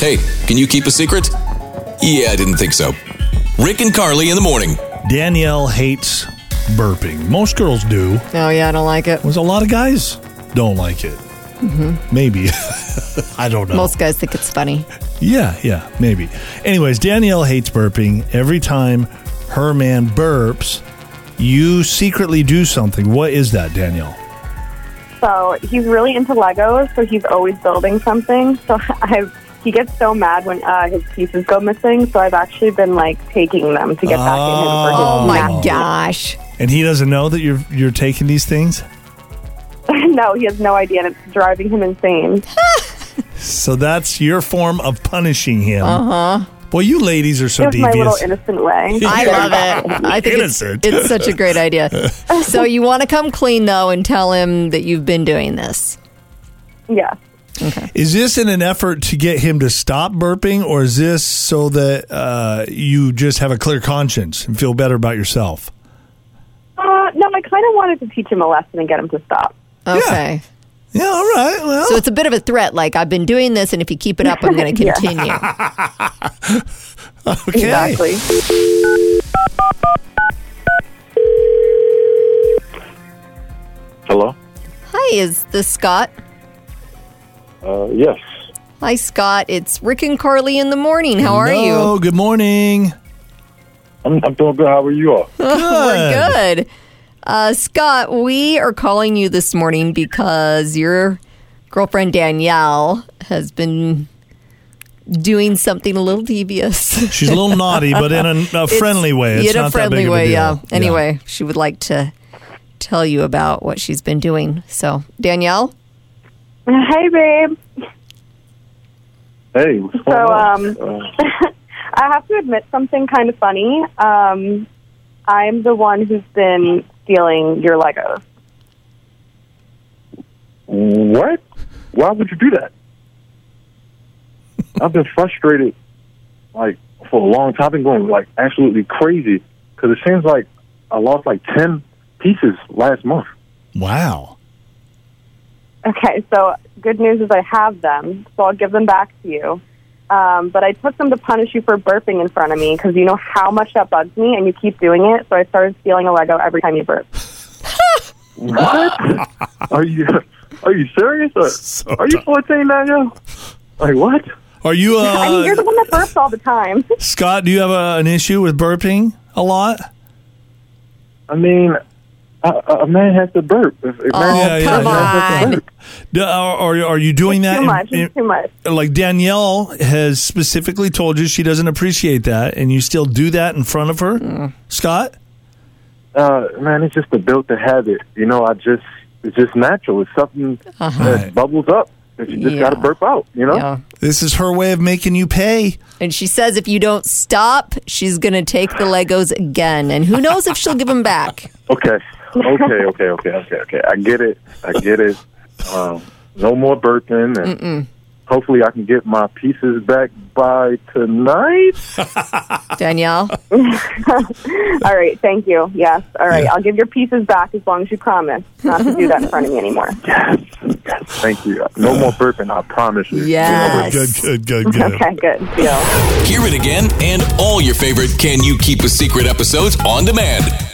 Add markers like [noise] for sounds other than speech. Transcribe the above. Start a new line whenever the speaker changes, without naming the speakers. Hey, can you keep a secret? Yeah, I didn't think so. Rick and Carly in the morning.
Danielle hates burping. Most girls do.
No, Oh, yeah, I don't like it.
There's a lot of guys don't like it. Maybe. [laughs] I don't know.
Mm-hmm. Most guys think it's funny.
Yeah, yeah, maybe. Anyways, Danielle hates burping. Every time her man burps, you secretly do something. What is that, Danielle?
So he's really into Legos, so he's always building something. So [laughs] I've he gets so mad when uh, his pieces go missing. So I've actually been like taking them to get back at him for his
Oh my
[laughs] nasty-
gosh.
And he doesn't know that you're you're taking these things.
no, he has no idea, and it's driving him insane.
So that's your form of punishing him. Uh
Uh-huh.
huh. Boy, you ladies are so
It was my little
devious.
innocent way.
[laughs]
I love it. I think it's,
Innocent.
it's such a
[laughs]
great idea. So you want to come clean though and tell him that you've been doing this.
Yeah.
Is this in an effort to get him to stop burping, or is this so that uh, you just have a clear conscience and feel better about yourself?
Uh, no, I kind of wanted to teach him a lesson and get him to stop.
Okay.
Yeah, all right. Well,
So it's a bit of a threat. Like I've been doing this, and if you keep it up,
[laughs]
I'm going to continue.
okay.
Exactly. [laughs]
Hello?
Hi, is this Scott?
Uh, yes.
Hi, Scott. It's Rick and Carly in the morning. How are you?
Hello, Good morning.
I'm, I'm doing good. How are you
[laughs]
all?
[laughs] We're good. Uh, Scott, we are calling you this morning because your girlfriend Danielle has been doing something a little devious. [laughs]
She's a little naughty, but in a, a friendly way. It's
in a
not that
friendly
big of a
way,
deal.
yeah. Anyway, she would like to tell you about what she's been doing. So, Danielle?
Hey, babe. [laughs]
Hey, what's going
So,
on?
um,
Uh,
I have to admit something kind of funny. Um, I'm the one who's been stealing your Legos.
Uh, what? Why would you do
[laughs]
that? I've been frustrated, like, for a long time. I've been going, like, absolutely crazy because it seems like I lost, like, 10 pieces last month.
Wow.
Okay, so good news is I have them, so I'll give them back to you. Um, but I took them to punish you for burping in front of me because you know how much that bugs me, and you keep doing it. So I started stealing a Lego every time you burp. [laughs]
What? are you Are you serious? Or,
So
are you 14 now, yo? Like, what?
Are
[laughs]
you, uh,
I mean, you're the one that burps all the time. [laughs]
Scott, do you have a, an issue with burping a lot?
I mean, a, a a man has to burp. If, if man
Oh,
Yeah, yeah,
come
yeah.
on.
burp.
Do, are, uh, are- are you doing that?
too
in-
much.
in-
It's too much.
like Danielle has specifically told you she doesn't appreciate that, and you still do that in front of her, Scott.
Uh, man, it's just a built to habit. You know, I just it's just natural. It's something
Right.
that bubbles up that you just
Uh-huh. Yeah.
gotta burp out. You know,
Yeah.
This is her way of making you pay.
And she says if you don't stop, she's going to take the Legos again. And who knows if she'll give them back.
okay,
[laughs]
okay, okay, okay, okay, okay. I get it. I get it. Um, no more burping, and hopefully, I can get my pieces back by tonight.
Danielle?
All right, thank you. Yes, all right. I'll give your pieces back as long as you promise not to do that in front of me anymore.
Yes, yes. Thank you. No more burping. I promise you.
Yes.
good, good, good.
Okay, good deal.
Hear it again and all your favorite Can You Keep a Secret episodes on demand